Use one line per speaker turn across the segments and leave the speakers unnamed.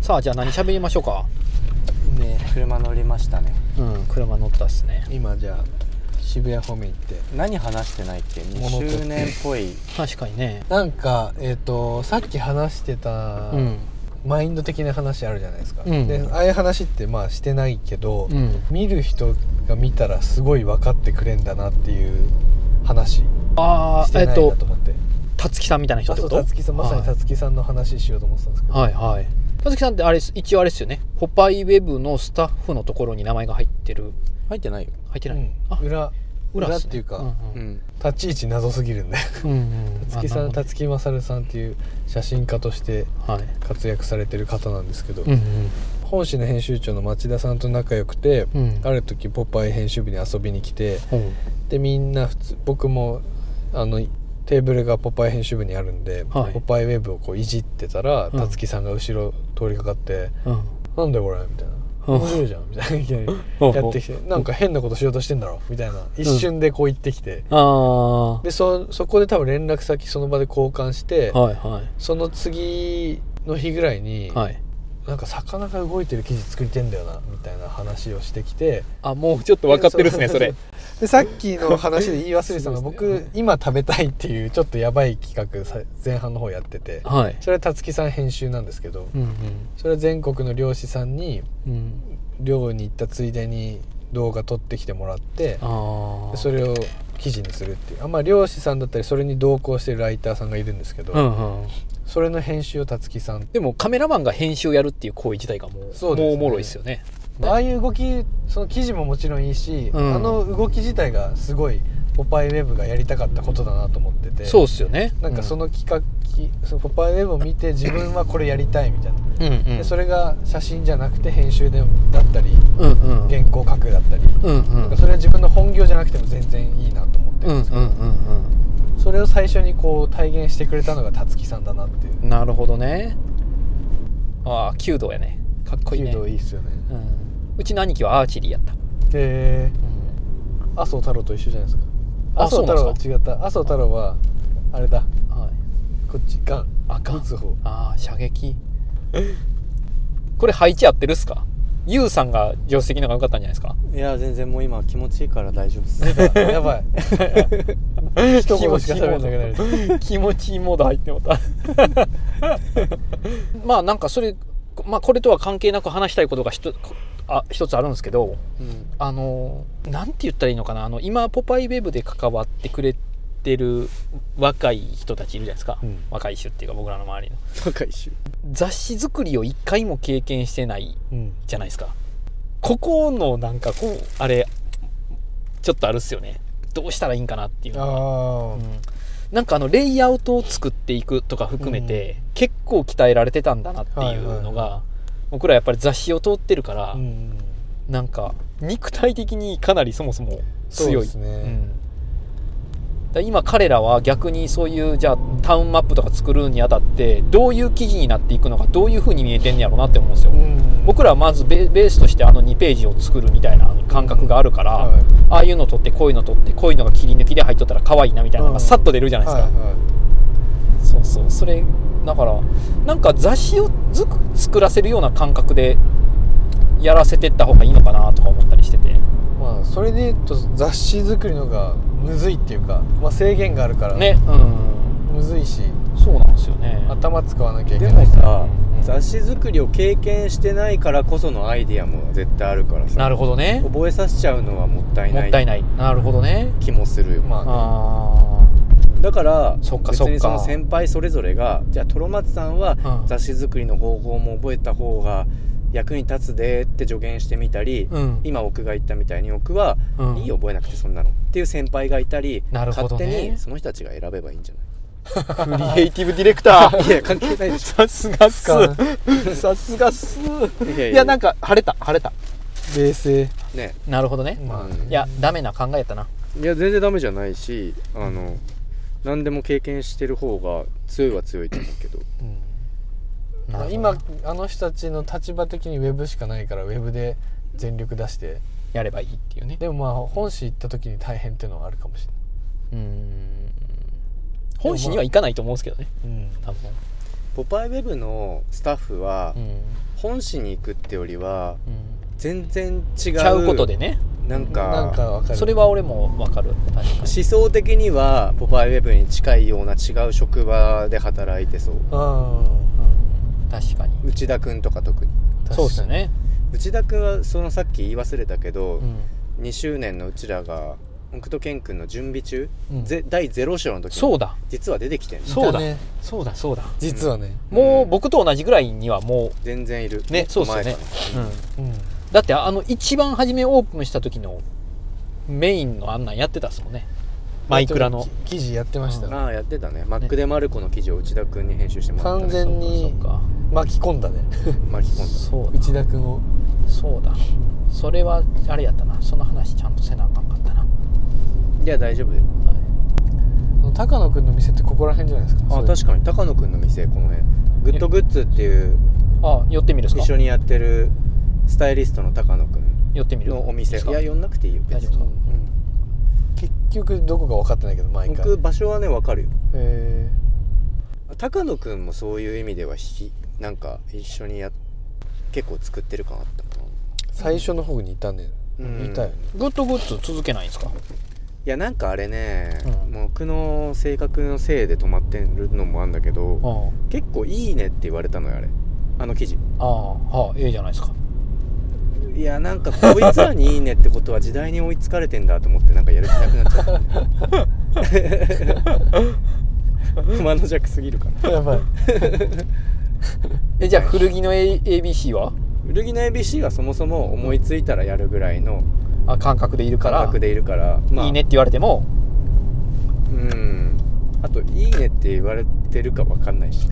さあじゃあ何喋りましょうか
ね車乗りましたね
うん車乗ったっすね
今じゃあ渋谷方面行って
何話してないっけ
物
2
取って
周年っぽい
確かにね
なんかえっ、とさっき話してた、
うん
マインド的な話あるじゃないですか、
うん
でああいう話ってまあしてないけど、
うん
見る人が見たらすごい分かってくれんだなっていう話
あ
し
あえ
て
っ
ない
と
なと思って、
たつきさんみたいな人っ
あ
て
そ
こ
う
と
たつきさんまさにたつきさんの話しようと思ってたんですけど、
はいはいはいたつきさんってあれっす一応あれですよねポパイウェブのスタッフのところに名前が入ってる
入ってないよ
入って
う
ない、
ん
あ
裏裏
裏っ
っ
すね
ていうか、
う
うんん
立ち位置謎すぎるんで
うんうんうん
たつきさ
あ
ん
なる
たつきまさるさんっていう写真家として
ほどはい
活躍されてる方なんですけど、
うんうん
本誌の編集長の町田さんと仲良くて、
うん
ある時「ポパイ」編集部に遊びに来て
ほう
でみんな普通僕もあのテーブルが「ポパイ」編集部にあるんで「
はい
ポパイウェブ」をこういじってた
う
ら
ん
たつきさんが後ろ通りかかって
うん
「なんだよこれ」みたいな「
うん
面白いじゃん」みたいないきな りやってきて「なんか変なことしようとしてんだろ」みたいな一瞬でこう言ってきて
あ
でそそこで多分連絡先その場で交換して
あはいはい
その次の日ぐらいに
はい
なんか魚が動いてる記事作りてんだよなみたいな話をしてきて
あもうちょっと分かってるっすねそれ
でさっきの話で言い忘れてたの
そ
が
うですね
僕今食べたいっていうちょっとやばい企画さ前半の方やってて
はい
それはたつきさん編集なんですけど
うん
それは全国の漁師さんに
うんうん
漁に行ったついでに動画撮ってきてもらって
ああ
それを記事にするっていうあんまあ漁師さんだったりそれに同行してるライターさんがいるんですけど、
うんうん
それの編集をたつきさん
でもカメラマンが編集をやるっていう行為自体がもう
そうです
も
ね
うおもろいですよね
ああいう動きその記事ももちろんいいし、
うん
あの動き自体がすごい「ポパイウェブ」がやりたかったことだなと思ってて
そうっすよね
なんかその企画、きそのポパイウェブを見て自分はこれやりたいみたいな、
うんうん
でそれが写真じゃなくて編集でだったり
うんうん
原稿書くだったり、
うんう
なん
ん
かそれは自分の本業じゃなくても全然いいなと思って
う
る
ん
んですけ
う
ど、
んうん
それを最初にこう体現してくれたのがたつきさんだなっていう
うんなるほどねああ弓道やねかっこいいね
弓道いいっすよね
うん、うちの兄貴はアーチェリーやった、
で麻生太郎と一緒じゃないですか
あ
麻生太郎は
そ
違った麻生太郎はあれだ
はい、
こっちガン
あガン
撃つ方
ああ射撃これ配置合ってるっすかユウさんが助手席の方が良かったんじゃないですか
いや全然もう今気持ちいいから大丈夫です
やばいやばい一言しか喋れなくなる
気持ちいいモード入っても たまあなんかそれ、まあ、これとは関係なく話したいことがひとあ一つあるんですけど
うん
あのなんて言ったらいいのかなあの今「ポパイウェブ」で関わってくれてる若い人たちいるじゃないですか、
うん
若い種っていうか僕らの周りの
若いし
雑誌作りを一回も経験してない
うん
じゃないですかここのなんかこうあれちょっとあるっすよねどうしたらいいんかなっていうのが
あ
うんなんかあのレイアウトを作っていくとか含めて、結構鍛えられてたんだなっていうのが、
はいはいは
僕らやっぱり雑誌を通ってるから、
あうん
なんか肉体的にかなりそもそも強い
そうです
う
ね
んだ今彼らは逆にそういうじゃあタウンマップとか作るにあたってどういう記事になっていくのかどういうふうに見えてんねやろうなって思うんですよ、
うん
僕らはまずベベースとしてあの2ページを作るみたいな感覚があるから、
はい
ああいうの撮ってこういうの撮ってこういうのが切り抜きで入っとったら可愛いなみたいなのが
うん
さっと出るじゃないですか、
はいはい
そうそうそれだからなんか雑誌をずく作らせるような感覚でやらせてった方がいいのかなとか思ったりしてて
まあそれで言うと雑誌作りのがむずいっていうか、まあ、制限があるから
ねうん
むずいし
そうなんですよね
頭使わなきゃいけ
で
な
も
い
さ
うん
雑誌作りを経験してないからこそのアイディアも絶対あるから
な
さ
るほどね
覚えさせちゃうのはもったい
も
な
ったい
い
ないなるほどね
気もするよ
まあ
あ
だから
そっか
別
そっか
にその先輩それぞれがじゃあトロマツさんは
あ
雑誌作りの方法も覚えた方が役に立つでって助言してみたり
うん
今奥が言ったみたいに奥は
うん
いいよ覚えなくてそんなのっていう先輩がいたり、
なるほ
勝
どね
手にその人たちが選べばいいんじゃない
クリエイティブディレクター
いや関係ないで し
さすがっす
使わな
さすがっす
ょいや
いやなんか晴れた晴れた
冷静
ね
なるほどね
まあ、
いやダメな考えやったない
や全然ダメじゃないしあの何でも経験してる方が強いは強いと思うけど
うん
なるほど
今あの人たちの立場的にウェブしかないからウェブで全力出して
やればいいっていうね
でもまあ本誌行った時に大変っていうのはあるかもし
うん本誌には行かないと思うんですけどね
れない、
多分
「ポパイウェブのスタッフは
うん
本本誌に行くってよりは
うん
全然違う
ちゃうことでね
なんか
なんかわかる
それは俺もわかる確か
思想的にはポパイウェブに近いような違う職場で働いてそう
うん
に、うん、確かに
内田君とか特に
そうっすよね、
内田君はそのさっき言い忘れたけど、
うん
2周年のうちらが北斗健君の準備中、
うん
ぜ第0章の時に
そうだ
実は出てきてんの
そうだ
いたね
そうだそうだ
実はね
もう
うん
僕と同じぐらいにはも
全然いる
ね
もっと
そうっ
前
すよねう、
かな
うん
だってあの一番初めオープンした時のメインのあんなんやってたっすもんねマイクラの
き記事やってましたね
ああやってたねマックでマルコの記事を内田君に編集してもらった、
完
ね、
全に
そうか
巻き込んだね
巻き込んだ
そうだ
内田君を
そうだそれはあれやったなその話ちゃんとせなあかんかったな、はい
や大丈夫だよ
あの高野君の店ってここら辺じゃないですか
あ確かに高野君の店この辺グッドグッズっていう
い、あ寄ってみるっすか
一緒にやってるスタイリストの高野君
寄ってみる
のお店
で
い
すか
や呼んなくていいよ
大
別
丈夫
に、
ですか
うん
結局どこか分かってないけど毎回
僕場所はね分かるよ
え
高野君もそういう意味ではひなんか一緒にや結構作ってる感あったか
ー最初の方にいたね
な、うん
いたよね
グッドグッズ続けないんですか
いやなんかあれね、
うん
もう僕の性格のせいで止まってるのもあんだけど、
ああ
結構「いいね」って言われたのよあれあの記事
ああはあええじゃないですか
いやなんかこいつらに「いいね」ってことは時代に追いつかれてんだと思ってなんかやる気なくなっちゃった 熊の弱すぎるかな
やばい
えじゃあ古着の、A、ABC は
古着の ABC がそもそも思いついたらやるぐらいの
あ感覚でいるか
感
ら
覚でいるから
いいねって言われても
うんあと「いいね」って言われてるかわかんな いし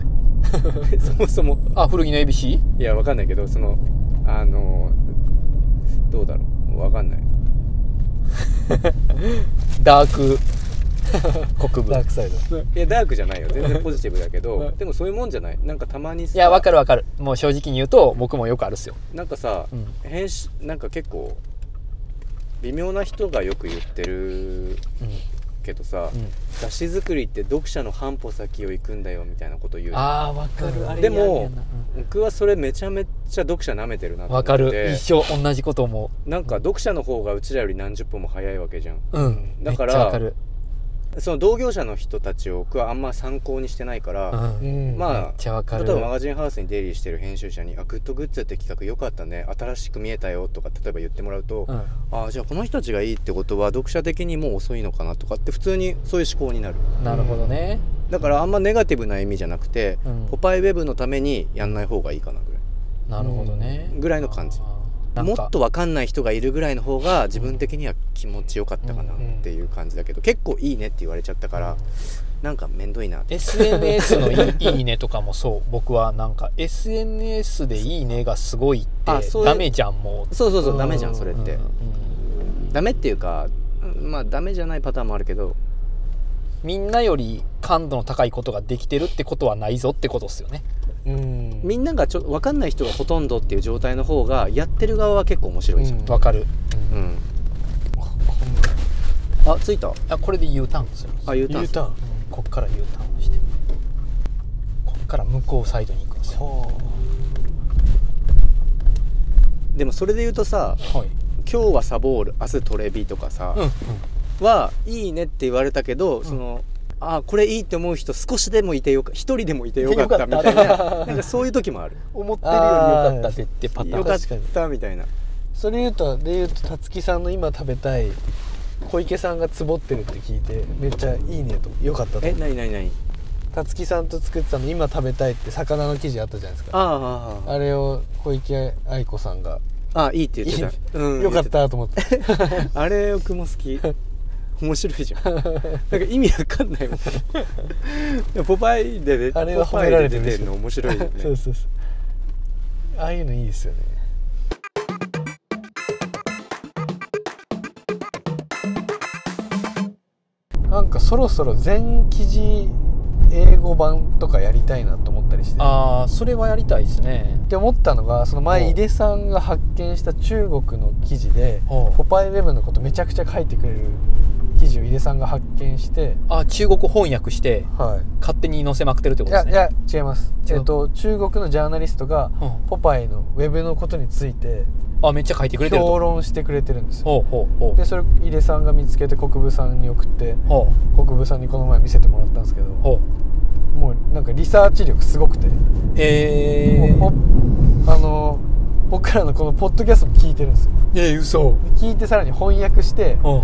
そもそも
あ古着の ABC?
いやわかんないけどそのあのどうだろうわかんない
ダーク国
ダー
分
クサイド
いやダークじゃないよ全然ポジティブだけどでもそういうもんじゃないなんかたまにさ
いやわかるわかるもう正直に言うと僕もよくあるっすよ、
なんかさ
うん、
編集なんか結構微妙な人がよく言ってるけどさ、
うん
雑誌作りって読者の半歩先を行くんだよみたいなこと言うの
ああわかるあれ
でも
やるや
僕はそれめちゃめちゃ読者舐めてるな
な
と思
わ
って
かる一緒同じこと思
なんか読者の方がうちらより何十分も早いわけじゃん
ううん
だから
めっちゃわかる、
その同業者の人たちを僕はあんま参考にしてないか
う
ら、
ん、
ん
まあ
めっちゃわか
例
る
えばマガジンハウスに出入りしてる編集者に「あグッドグッズって企画良かったね新しく見えたよ」とか例えば言ってもらうと「
うん
ああじゃあこの人たちがいいってことは読者的にもう遅いのかな」とかって普通にそういう思考になる
なるほどね、
だからあんまネガティブな意味じゃなくて
う
「
ん
ポパイウェブ」のためにやんない方がいいかなぐらい
なるほどね、
ぐらいの感じ
あーなん
も
か
っと分かんない人がいるぐらいの方が自分的には気持ちよかったかなっていう感じだけど結構「いいね」って言われちゃったからなんか面倒いなって
SNS のい い「いいね」とかもそう僕はなんか SNS で「いいね」がすごいって
あそういう
ダメじゃんも
そうそうそううんダメじゃんそれ
う
って。
うん
ダメっていうかうんまあダメじゃないパターンもあるけど
みんなより感度の高いことができてるってことはないぞってことですよね
うん
みんながちょ分かんない人がほとんどっていう状態の方がやってる側は結構面白いじゃん、
わかる
うんあ着いた
あこれで U ターンするんですよ
あ U ターン
U ターン
うんこっから U ターンをしてこっから向こうサイドに行くんですよ
ほ
でもそれで言うとさ
はい
「今日はサボール明日トレビ」とかさ、
うんうん
はいいねって言われたけど、そのあこれいいって思う人少しでもいてよか一人でもいてよかったみたい
よ
な なんかそういう時もある
思ってるより良かったって言ってパターン
よかっ
確かに
たみたいな
うそれ言うとで言うとたつきさんの今食べたい小池さんがつぼってるって聞いてめっちゃいいねとよかったと
えなになになに
たつきさんと作ってたの今食べたいって魚の記事あったじゃないですか
あ
あれを小池愛子さんが
あああいいって言ってた、うん
よかったと思って
あれ僕も好き面白いじゃん なんか意味わかんないもんでもポパイでね
あれは
ポパ
褒め
イ
られ
で
て
出
る
てるの面白いよ
そ
ね
うそうそうああいうのいいですよねなんかそろそろ全記事英語版とかやりたいなと思ったりしてっ
ああそれはやりたいですね
て思ったのがその
お
前井出さんが発見した中国の記事で
おう
「ポパイウェブ」のことめちゃくちゃ書いてくれる記事を井出さんが発見して
あ中国翻訳して
は
勝手に載せまくってるって
い
こ
い
とで
や
す
い
ね
や違います
違う
えっと中国のジャーナリストが
うん
ポパイのウェブのことについて
あめっちゃ書いてくれてる
評
と
論してくれてるんですよ
ほうほうほ
でそれ井出さんが見つけて国分さんに送って
うほ
国分さんにこの前見せてもらったんですけど
うほう
もうなんかリサーチ力すごくて、
え
もうポあの僕らのこのポッドキャストも聞いてるんですよ
ええ嘘
で聞いてさらに翻訳して
うん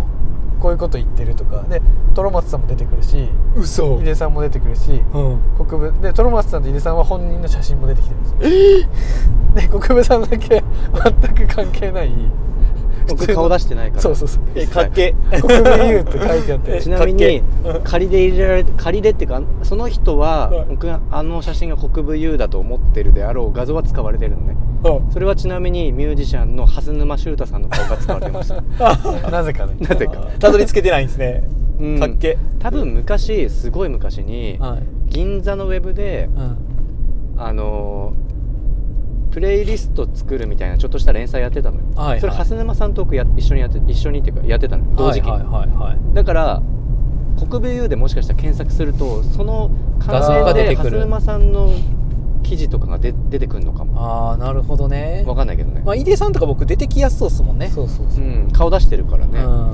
こういうこと言ってるとかでトロマツさんも出てくるし
嘘
井出さんも出てくるし
うん
国分でトロマツさんと井出さんは本人の写真も出てきてるんですよで国分さんだけ 全く関係ない
僕顔出してないから
そうそうそう
え
かっけ
国分優って書いてあって
ちなみに仮で入れられ仮でっていうかその人は
はい
僕があの写真が国分優だと思ってるであろう画像は使われてるのねそれはちなみにミュージシャンの蓮沼修太さんの顔が使われてまし た
なぜかね
なぜか、
たどり着けてないんですね
うん
かっけ
多分昔すごい昔に
はい
銀座のウェブで
うん
あのープレイリスト作るみたいなちょっとした連載やってたのよ、
はいはい
それ蓮沼さんと僕や一緒にやって一緒にっていうかやってたのよ同時期に、
はいはいはいはい
だから国分 U でもしかしたら検索するとその関
画像が
連
出て
で
くる
蓮沼さんの記事とかが出出てくるのかも
ああなるほどね
わかんないけどね、、
まあ井出さんとか僕出てきやすそうっすもんね
そうそうそううん
顔出してるからね、
うん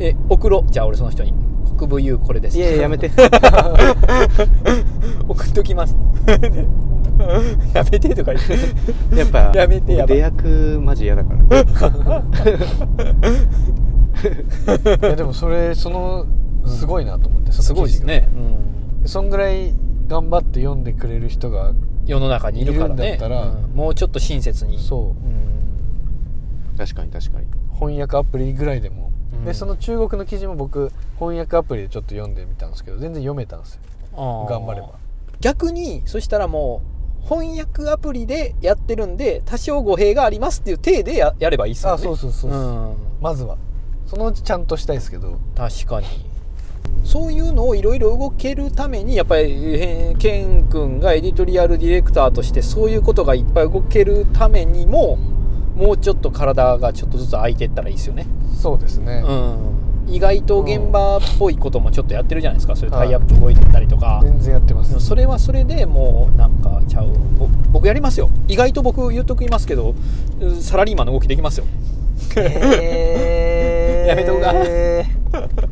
え送ろうじゃあ俺その人に国分優これです
いやいややめて
送っときます やめてとか言って
やっぱ
やめてやば
出
い
役マジ嫌 だから
いやでもそれそのすごいなと思ってその
すごいですね、うん
記事がそんぐらい頑張って読んでくれる人が
世の中にいるから
いる
ね
んだったら
うんもうちょっと親切に
そ
うん
確かに確かに
う翻訳アプリぐらいでも、
うん
でその中国の記事も僕翻訳アプリでちょっと読んでみたんですけど全然読めたんですよ
あー
頑張れば
逆にそしたらもう翻訳アプリでやってるんで多少語弊がありますっていう体でややればいいっすよね
あそうそうそうそう
うん
まずはそのうちちゃんとしたいですけど
確かにそういうのをいろいろ動けるためにやっぱりえーケン君がエディトリアルディレクターとしてそういうことがいっぱい動けるためにももうちょっと体がちょっとずつ空いてったらいいですよね、
そうですね、
うん、意外と現場っぽいこともちょっとやってるじゃないですかそういうタイアップ動いてたりとか、
全然やってま
ですもそれはそれでもうなんかちゃうぼ僕やりますよ意外と僕言っときますけどうんサラリーマンの動きできますよ
え
やめとこう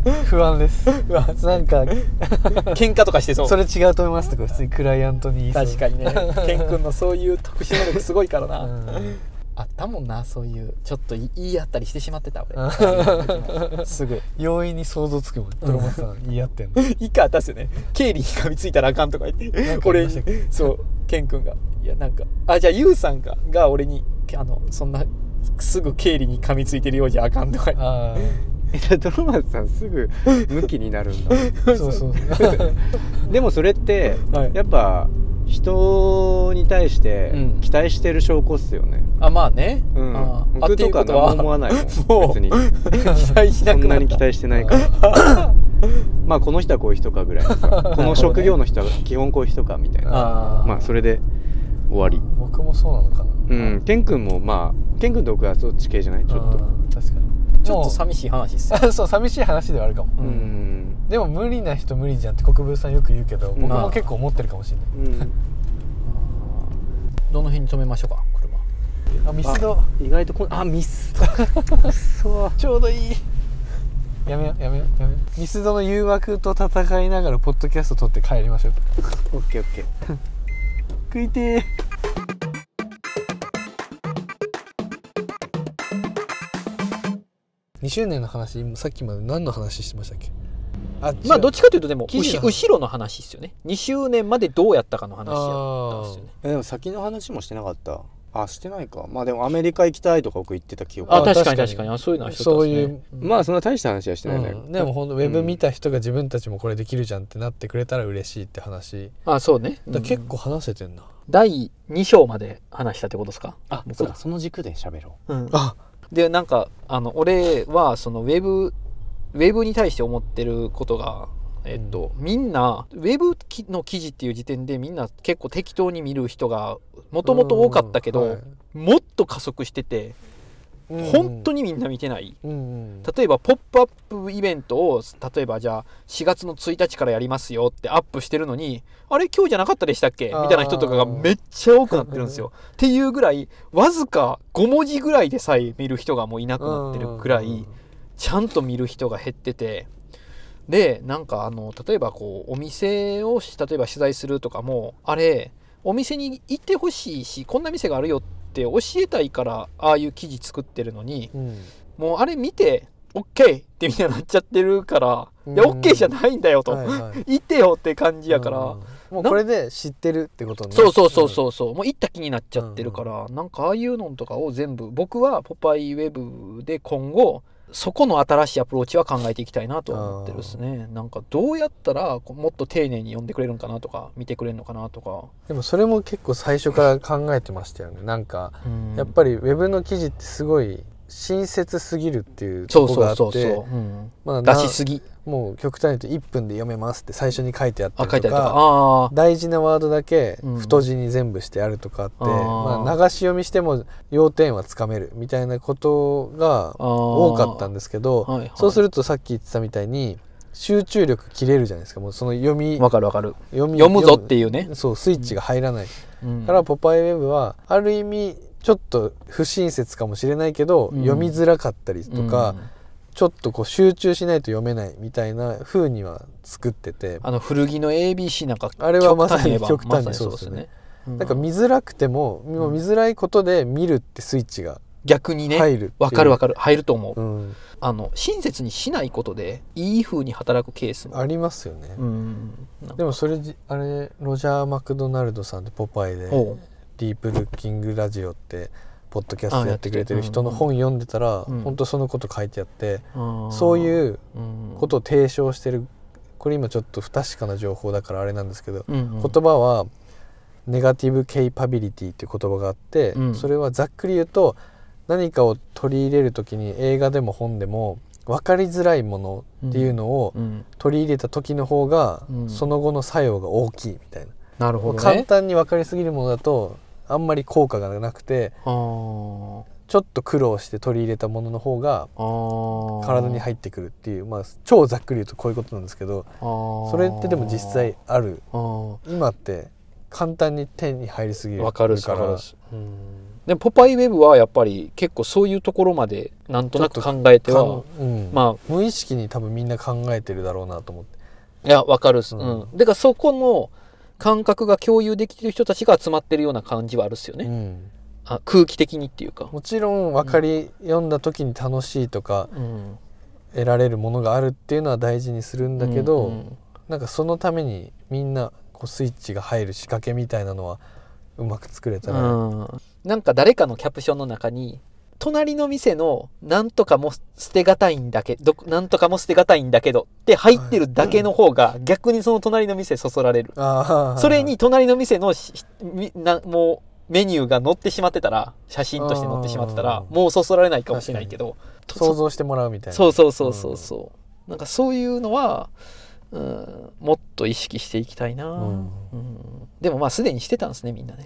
か
不安です
わ
なんか
喧嘩とかしてそう
それ違うと思いますとか普通にクライアントに言いそう
確か にねケン君のそういう特殊能力すごいからな、
うん
あったもんなそういうちょっと言い合ったりしてしまってた俺 すぐ
容易に想像つくもんトロマツさん言い合ってんの
以下出すよね経理に噛みついたらあかんとか言っ
なん
て
かあり
俺
ま
に
したっけ
そうケン君がいやなんかあじゃあユウさんがが俺にあのそんなすぐ経理に噛みついてるようじゃ あかんとか言って
あ
えだからドロマツさんすぐ向きになるんだ
あそ うそう
でもそれって、
はい
やっぱ人に対して
うん
期待してる証拠っすよね、
あまあね、
うん
あー
僕とか何も思わないもん
ってうことはもう
別 に
期待しな
そ
くな
んな
った
に期待してないから まあこの人はこういう人かぐらいのさこの職業の人は基本こういう人かみたいな
あー
まあそれで終わり
僕もそうなのかな
うんケン君もまあケン君と僕はそっち系じゃないちょっ
う
と
ん
確かに
ちょっと
も
寂しい話ですよ
う そう寂しい話ではあるかも
う
うん
ん
でも無理な人無理じゃんって国分さんよく言うけど僕
ま
も
あ
結構思ってるかもしれな
うん
どの辺に止めましょうか車
いあミスド
意外とこあミスだくっそ
ちょうどいいやめようやめようやめようミスドの誘惑と戦いながらポッドキャスト撮って帰りましょう
オッケーオッケー
食いてー2周年の話今さっきまで何の話してましたっけあ
まあどっ
ち
ちかというとでも
記事
後
の
後ろの話ですよね2周年までどうやったかの話
あ
やったんですよね
えでも先の話もしてなかったあしてないかまあでもアメリカ行きたいとか僕言ってた記憶
あ
あ
た
確かに
確かに
確かにあそういうのは一つ
そういう、
まあそんな大した話はしてないね、
うんでもほんとウェブ見た人が自分たちもこれできるじゃんってなってくれたら嬉しいって話
あそうね
だから
結
結
構
構話せてんな、
第2章まで話したってことですか
あ
僕
そう
ら
だその軸で喋ろ
うん
あ
でなんかあの俺はそのウェブウェブに対して思ってることがえっと、みんなウェブきの記事っていう時点でみんな結構適当に見る人がもともと多かったけど、
うんはい
もっと加速してて
うんうん
本当にみんな見てない
うんうん
例えば「ポップアップイベントを例えばじゃあ4月の1日からやりますよってアップしてるのにあれ今日じゃなかったでしたっけみ
あー
たいな人とかがめっちゃ多くなってるんですよ。っていうぐらいわずか5文字ぐらいでさえ見る人がもういなくなってるぐらいちゃんと見る人が減っててでなんかあの例えばこうお店をし例えば取材するとかもあれお店に行ってほしいしこんな店があるよって教えたいからああいう記事作ってるのに。
うんうん
もうあれ見て OK ってみんななっちゃってるから、いや
うん
OK じゃないんだよと、
はい
い
はい
てよって感じやから、
うんもうこれで知ってるってことね
そうそうそうそうそうもう行った気になっちゃってるから、なんかああいうのとかを全部僕は「ポパイウェブ」で今後そこの新しいアプローチは考えていきたいなとは思ってるっすねなんかどうやったらこうもっと丁寧に読んでくれるんかなとか見てくれるのかなとか、
でもそれも結構最初から考えてましたよねなんか
うん
やっぱりウェブの記事ってすごい親切すぎるっていう
そ
と
う
こが
そ
あ
うそう
っ
そう、
て
うん
まあ
出
な
しすぎ
もう極端に言うと1分で読めますって最初に書いてあった
あ書
り
いて
と
あるとか
か
ああ
大事なワードだけ
うん
太字に全部してあるとかあって、
あー
まあ、流し読みしても要点はつかめるみたいなことが多かったんですけど、
はいはい
そうするとさっき言ってたみたいに集中力切れるじゃないですかもうその読み
わかるわかる
読み
読むぞっていうね
読むそうスイッチが入らない、
うん
から「ポパイウェブ」はある意味ちょっと不親切かもしれないけど、
うん
読みづらかったりとか、
うん
ちょっとこう集中しないと読めないみたいな風には作ってて
あの古着の ABC なんか
あれはまさ
極
に
端言えば
極端にそうですよ
まさにそうですよ
ね
ねうん
なんか見づらくても、もう見づらいことで見るってスイッチが
逆にね
入るっていう
わかるわかる入ると思う、
うん、
あの親切にしないことでいい風に働くケースも
ありますよね、
うんなんか
でもそれじあれロジャー・マクドナルドさんって「ポパイ」で
おう
ディープルッキングラジオってポッドキャス
あ
トやってくれてる人
や
の
ってて
本読んでたら、
うん
本当そのこと書いてあって、
あー
そういう
うん
ことを提唱してるこれ今ちょっと不確かな情報だからあれなんですけど、
うんうん
言葉はネガティブ・ケイパビリティっていう言葉があって、
うん
それはざっくり言うと何かを取り入れる時に映画でも本でも分かりづらいものっていうのを
うん
取り入れた時の方が、
うん
その後の作用が大きいみたいな、
なるほど
簡
ね
単に分かりすぎるものだとあんまり効果がなくて
あー
ちょっと苦労して取り入れたものの方が
あー
体に入ってくるっていうまあ超ざっくり言うとこういうことなんですけど
あー
それってでも実際ある
あー
今って簡単に手に入りすぎる
わかるし
か
わからるしでもポパイウェブはやっぱり結構そういうところまでなんとなく考えて
かん
は
うん
まあ
無意識に多分みんな考えてるだろうなと思って
いや、わかるっす。
う
うんん。だからそこの感覚が共有できてる人たちが集まってるような感じはあるっすよね。
うん
あ空気的にっていうか。
もちろん分かり読んだ時に楽しいとか
うん。
得られるものがあるっていうのは大事にするんだけど、
うんうん
なんかそのためにみんなこうスイッチが入る仕掛けみたいなのはうまく作れたら、
うんなんか誰かのキャプションの中に、隣の店のなんとかも捨てがたいんだけど、なんとかも捨てがたいんだけどって入ってるだけの方が逆にその隣の店そそられる。
あー
それに隣の店のしみなもうメニューが載ってしまってたら、写真として載ってしまってたら、
うん
もうそそられないかもしれないけど、
想像してもらうみたいな
そうそうそうそうそう、なんかそういうのは、うん、もっと意識していきたいな、
ん
うんでもまあすでにしてたんですねみんなね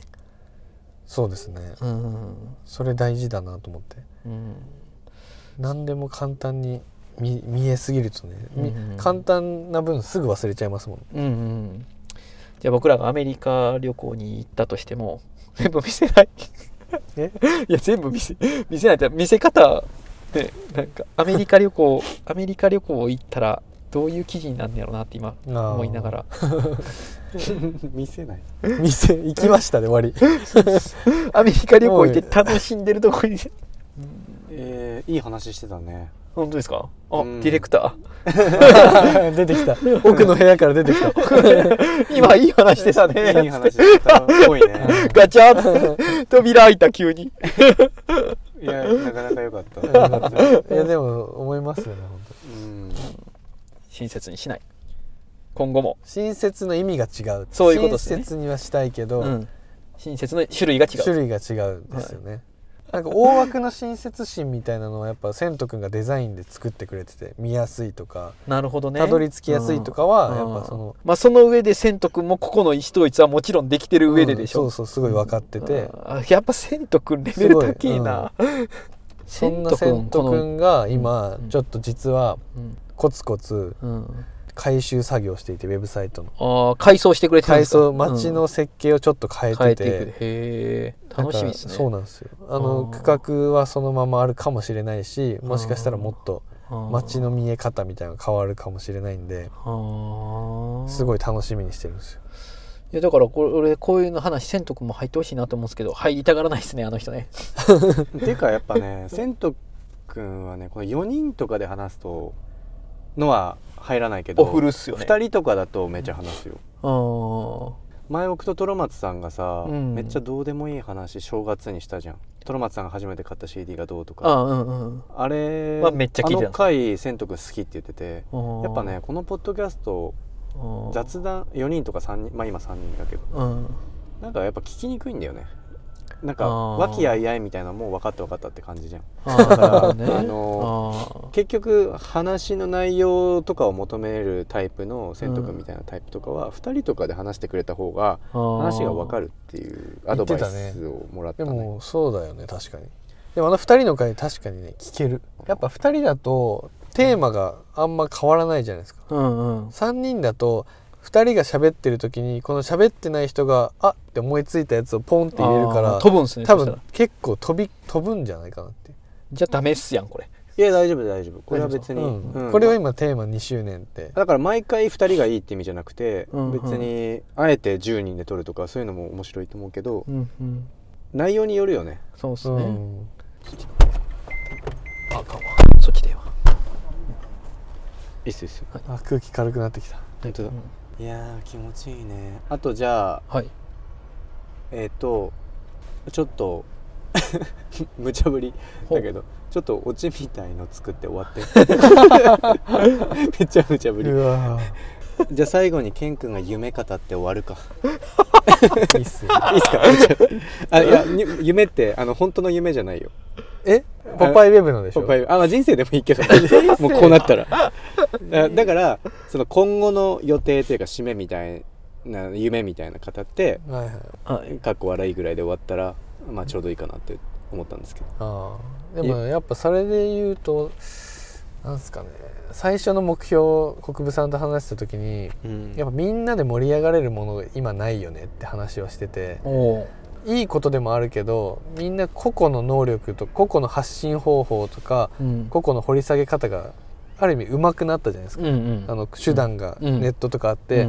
そうですね
うん、
それ大事だなと思って
うん
何でも簡単に見見えすぎるとね、み
うんうん
簡単な分すぐ忘れちゃいますもん
うんうんじゃあ僕らがアメリカ旅行に行ったとしても 全部見せない
え
いや全部見せ見せないって見せ方ねなんかアメリカ旅行アメリカ旅行行ったらどういう記事になるんやろうなって今思いながら
見せない
ら 店行きましたで 終わり
アメリカ旅行行って楽しんでるとこに
えー、いい話してたね
本当ですかあ、
うん
ディレクタ
出てきた奥の部屋から出てきた
ー 今いい話してた
いい
ね
話してたっぽいね
ガチャッ て扉開いた急に
いやなかなか良かった
いやでも思いますよね本当
うん
親切にしない今後も、
親切の意味が違う
そういうことですね
親切にはしたいけど、
うん親切の種類が違う
種類が違うんですよね、なんか大枠の親切心みたいなのはやっぱ千斗くんがデザインで作ってくれてて見やすいとか
なるほどね
たどり着きやすいとか
う
は
ん
やっぱその、
まあその上で千斗君もここの意思統一はもちろんできてる上ででしょ、
うんそうそうすごい分かってて、
あーやっぱ千斗君レベル高えな、
そんな
せ
千
んと
と
くん
くんが今
うん
ちょっと実は
うん
コツコツ
うん、
回収作業していてウェブサイトの
ああ改装してくれてるん
改
ですか
装街
うん
の設計をちょっと変え
変え
て
ていく
て
へえ
なん
楽
か
しみですね
そうなんですよあの
あー
区画はそのままあるかもしれないしもしかしたらもっと
うん
街の見え方みたいなのが変わるかもしれないんで
ああ
すごい楽しみにしてるんですよ
いやだからこれ俺こういうの話千とくんも入ってほしいなと思うんですけど入りたがらないですねあの人ね
ていうかやっぱね千と君はねこの4人とかで話すとのは入らないけど
お古っすよね
2人とかだとめっちゃ話すよ
あー
前僕とトロマツさんがさ、
うん
めっちゃどうでもいい話正月にしたじゃんトロマツさんが初めて買った CD がどうとか
あーうん
あれ
はめっちゃ聞いてたん
あ
です
の回千と君好きって言ってて
うん
やっぱねこのポッドキャスト
あー
雑談4人とか3人まあ今3人だけど
うん
なんかやっぱ聞きにくいんだよねなんか
あー
和気あいあいみたいなもう分かった分かったって感じじゃん
あーなるほどね
あの
あー
結局話の内容とかを求めるタイプの千と君みたいなタイプとかは2人とかで話してくれた方が話が分か
る
るっていうアドバイスをもらった
で
ね
もそうだよね確かにでもあの2人の回確かにね聞けるやっぱ2人だとテーマがあんま変わらないじゃないですか
うんうん
3人だと2人が喋ってる時にこの喋ってない人があって思いついたやつをポンって入れるか
あ
ら
ー飛ぶんすね
多
そした
分
ら
結構飛び飛ぶんじゃないかなって、
じゃあダメっすやんこれ
いや大丈夫大丈夫これは別
う
に、
ん
うん
これは今テーマ2周年って
だから毎回2人がいいって意味じゃなくて、
うんうん
別にあえて10人で撮るとかそういうのも面白いと思うけど、
うんうん
内容によるよね
そうっす
う
ね、
ん
あかんわそっちでええわ
いいっすいいっす
あ空気軽くなってきた
本当だ
うん
いやー気持ちいいねあとじゃあ
はい
えっ、とちょっと 無茶ぶり
ほう
だけどちょっとオチみたいの作って終わってめっちゃ無茶ぶり
うわ
じゃあ最後にケン君が夢語って終わるか
ーいいっすよ
いいっすかあいやに夢ってあの本当の夢じゃないよ
えポパイウェブのでしょ
パパイあ、まあ、人生でもいいけどもうこうなったらあだからその今後の予定というか締めみたいな夢みたいな方って
はいはい
はい
かっこ悪いぐらいで終わったら、まあ、ちょうどいいかなって思ったんですけど
ああでもやっぱそれで言うとなんすかね最初の目標国分さんと話した時に
うん
やっぱみんなで盛り上がれるものが今ないよねって話をしてて
おお
いいことでもあるけどみんな個々の能力と個々の発信方法とか
ーうん
個々の掘り下げ方がある意味上手くなったじゃないですか、
うんうん
あの手段が
うん
ネットとかあって、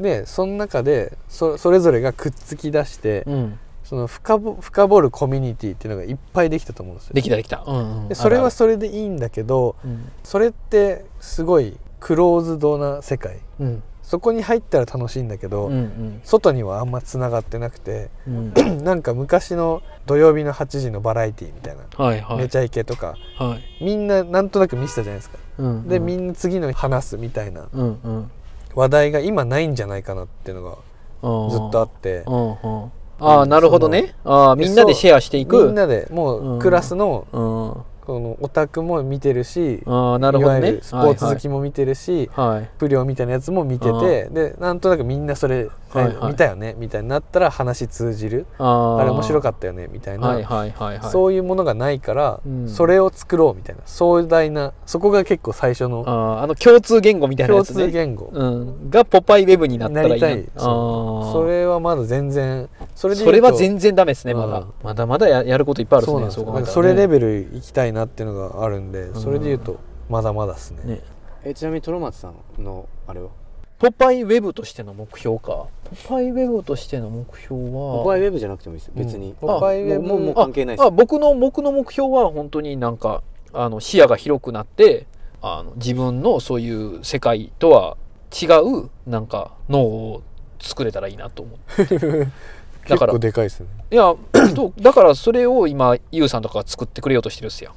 でその中でそそれぞれがくっつき出して、
うんうん
その深ぼ深掘るコミュニティっていうのがいっぱいできたと思うんですよ。
できたできたうんうん
でそれ
あるあ
は
る
それでいいんだけど
うん
それってすごいクローズドな世界
うん
そこに入ったら楽しいんだけど、
うん
外にはあんまつながってなくて
うんうん
なんか昔の土曜日の8時のバラエティみたいな、
はいは
め
い
ちゃイケとか
はい
みんななんとなく見せたじゃないですか、
うん
で
うん
みんな次の話すみたいな
うんうん
話題が今ないんじゃないかなっていうのがずっとあって
うんうんああなるほどねああみんなでシェアしていく
みんなでも
うん
うクラスの
うんあ
このオタクも見てるし、
あなる
い
ほど
わゆ
ね
るスポーツ好きも見てるし、
はいはい
不良みたいなやつも見て
あ
てでなんとなくみんなそれ、
はいはい
見たよねみたいになったら話通じる
ああ
あれ面白か
っ
ったよねみたいな、
はいはいはいはい
そういうものがないから、
うん
それを作ろうみたいな壮大なそこが結構最初
あ
の
ああの共通言語みたいなや
共
つ
通
ね
言語、
うんがポパイウェブになった
な
らい
り
いな
たいそうそれはまだ全然そ
そ
れ
れ
で言
そうれ
と
は全然ダメですねまだ
うん
まだまだややることいっぱいある
そうな
で
んですす
ね
よ
考
な
え
ん
た
からそれレ
ね
ベル行きたいなっていうのがあるんで、それで言うとまだまだですね
ね
えちなみにトロマツさんのあれは
ポパイウェブとしての目標かポパイウェブとしての目標は
ポパイウェブじゃなくてもいいですよ別に、
うんポパイウェブ
もうもう関係ないです
あ僕の僕の目標は本当になんかあの視野が広くなってあの自分のそういう世界とは違うなんか脳を作れたらいいなと思って だ
結
から
構でかいですね
いや そうだからそれを今ユウさんとかが作ってくれようとしてるんですよ、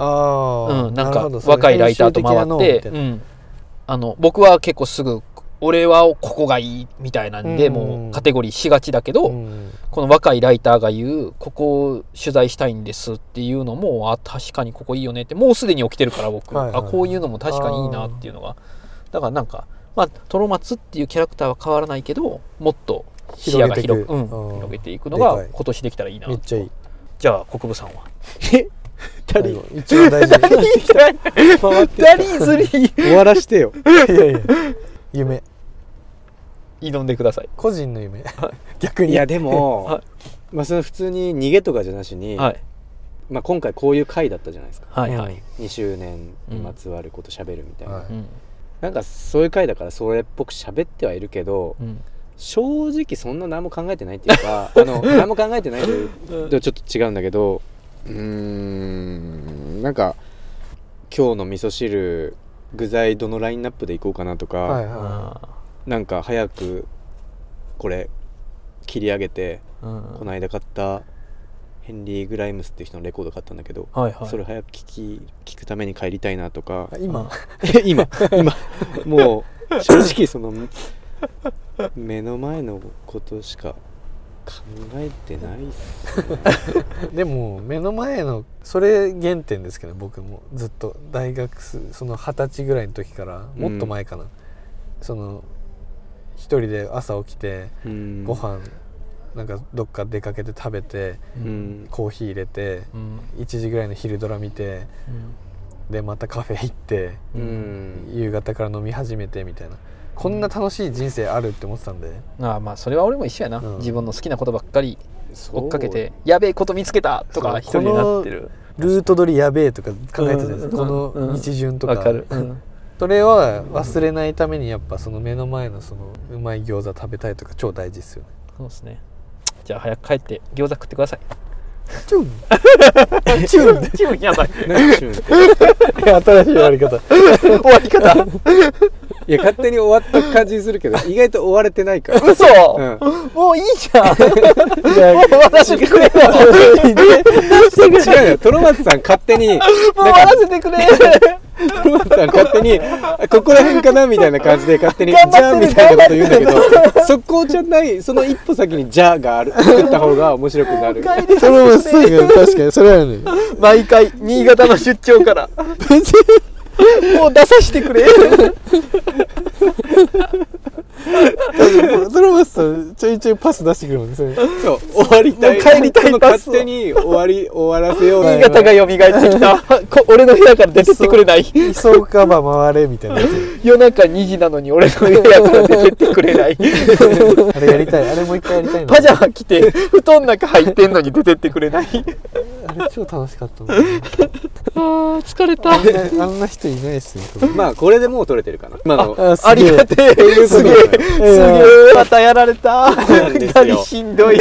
ああ、
うん、なん
る
か
ほど
若いライターと回
そ
っ
れ編
て
集的な脳みたいな
うんあの僕は結構すぐ俺はここがいいみたいなんで、
うん
もうカテゴリーしがちだけど、
うん
この若いライターが言うここを取材したいんですっていうのもあ確かにここいいよねってもうすでに起きてるから僕、
はいはいはい
あこういうのも確かにいいなっていうのがだからなんかまあトロマツっていうキャラクターは変わらないけどもっと視野が広く
広げていく
うん広げて
あー
いくの
で
が
かい
今年できたらいいな
めっちゃいい
じゃあ国分さんは
二
最
人
後
一番大事に回って
ダリーズに
終わらしてよ
いやいや夢
挑んでください
個人の夢逆 に
いやでも、
はい
まあその普通に逃げとかじゃなしに、
はい
まあ、今回こういう回だったじゃないですか
はいはい、
2周年にまつわること喋るみたいな、
うんはい
うん
なんかそういう回だからそれっぽく喋ってはいるけど、
うん
正直そんな何も考えてないっていうかあの何も考えてないというとちょっと違うんだけどうーんなんか今日の味噌汁具材どのラインナップでいこうかなとか、
はいは
あ
なんか早くこれ切り上げて、
ーうん
この間買ったヘンリー・グライムスっていう人のレコード買ったんだけど、
はいはい
それ早く聞き聞くために帰りたいなとか
い今
今今もう正直その目の前のことしか考えてないっすね
でも目の前のそれ原点ですけど僕もずっと大学すその二十歳ぐらいの時からもっと前かな、その一人で朝起きて
うん
ご飯なんかどっか出かけて食べて
うん
コーヒー入れて
うん
1時ぐらいの昼ドラ見てでまたカフェ行って
う
う
ん
ん
夕方から飲み始めてみたいなこんな楽しい人生あるって思ってたんで
ああまあそれは俺も一緒やな、
うん
自分の好きなことばっかり
そう
追っかけてやべえこと見つけたと
そ
か
う
一人になってる
ルート取りやべえとか考えてたじゃないですか
うん
この道順と
わ
か
かる、うん
それは忘れないためにやっぱその目の前のそのうまい餃子食べたいとか超大事ですよね
そうですねじゃあ早く帰って餃子食ってください
チ ュン
チュンチュンやばい
何でしゅんって
新しい終わり方
終わり方
いや勝手に終わった感じする けど意外と終われてないから
嘘、もういいじゃんもう終わらせてくれよ
違うよトロマツさん勝手に
もう終わらせてくれ
トロマツさん勝手にここら辺かなみたいな感じで勝手に「じ
頑
ゃ
張
あ」
って
み
る
たいなこと言うんだけどそこじゃないその一歩先に「じゃあ」がある作った方が面白くなる
帰り
それもそうだけど確かにそれはね
毎回新潟の出張からもう出させてくれ
ドラマスさんちょいちょいパス出してくるもんねそれ
そう終わりたい
もう帰りたい
その
パスを
勝手に終わり終わらせよう
新潟が蘇ってきたこ俺の部屋から出てってくれない
磯岡ば回れみたいなやつ
夜中2時なのに俺の部屋から出てってくれ ない
あれやりたいあれもう一回やりたいな
パジャマ着て布団の中入ってんのに出てってくれない
あれ超楽しかったもんね
あー疲れ
あんなあんな人いないっすね
まあこれでもう取れてるかな今の
ありが
と
てえすげえすげえまたやられた
そうなんですよ
何しんどい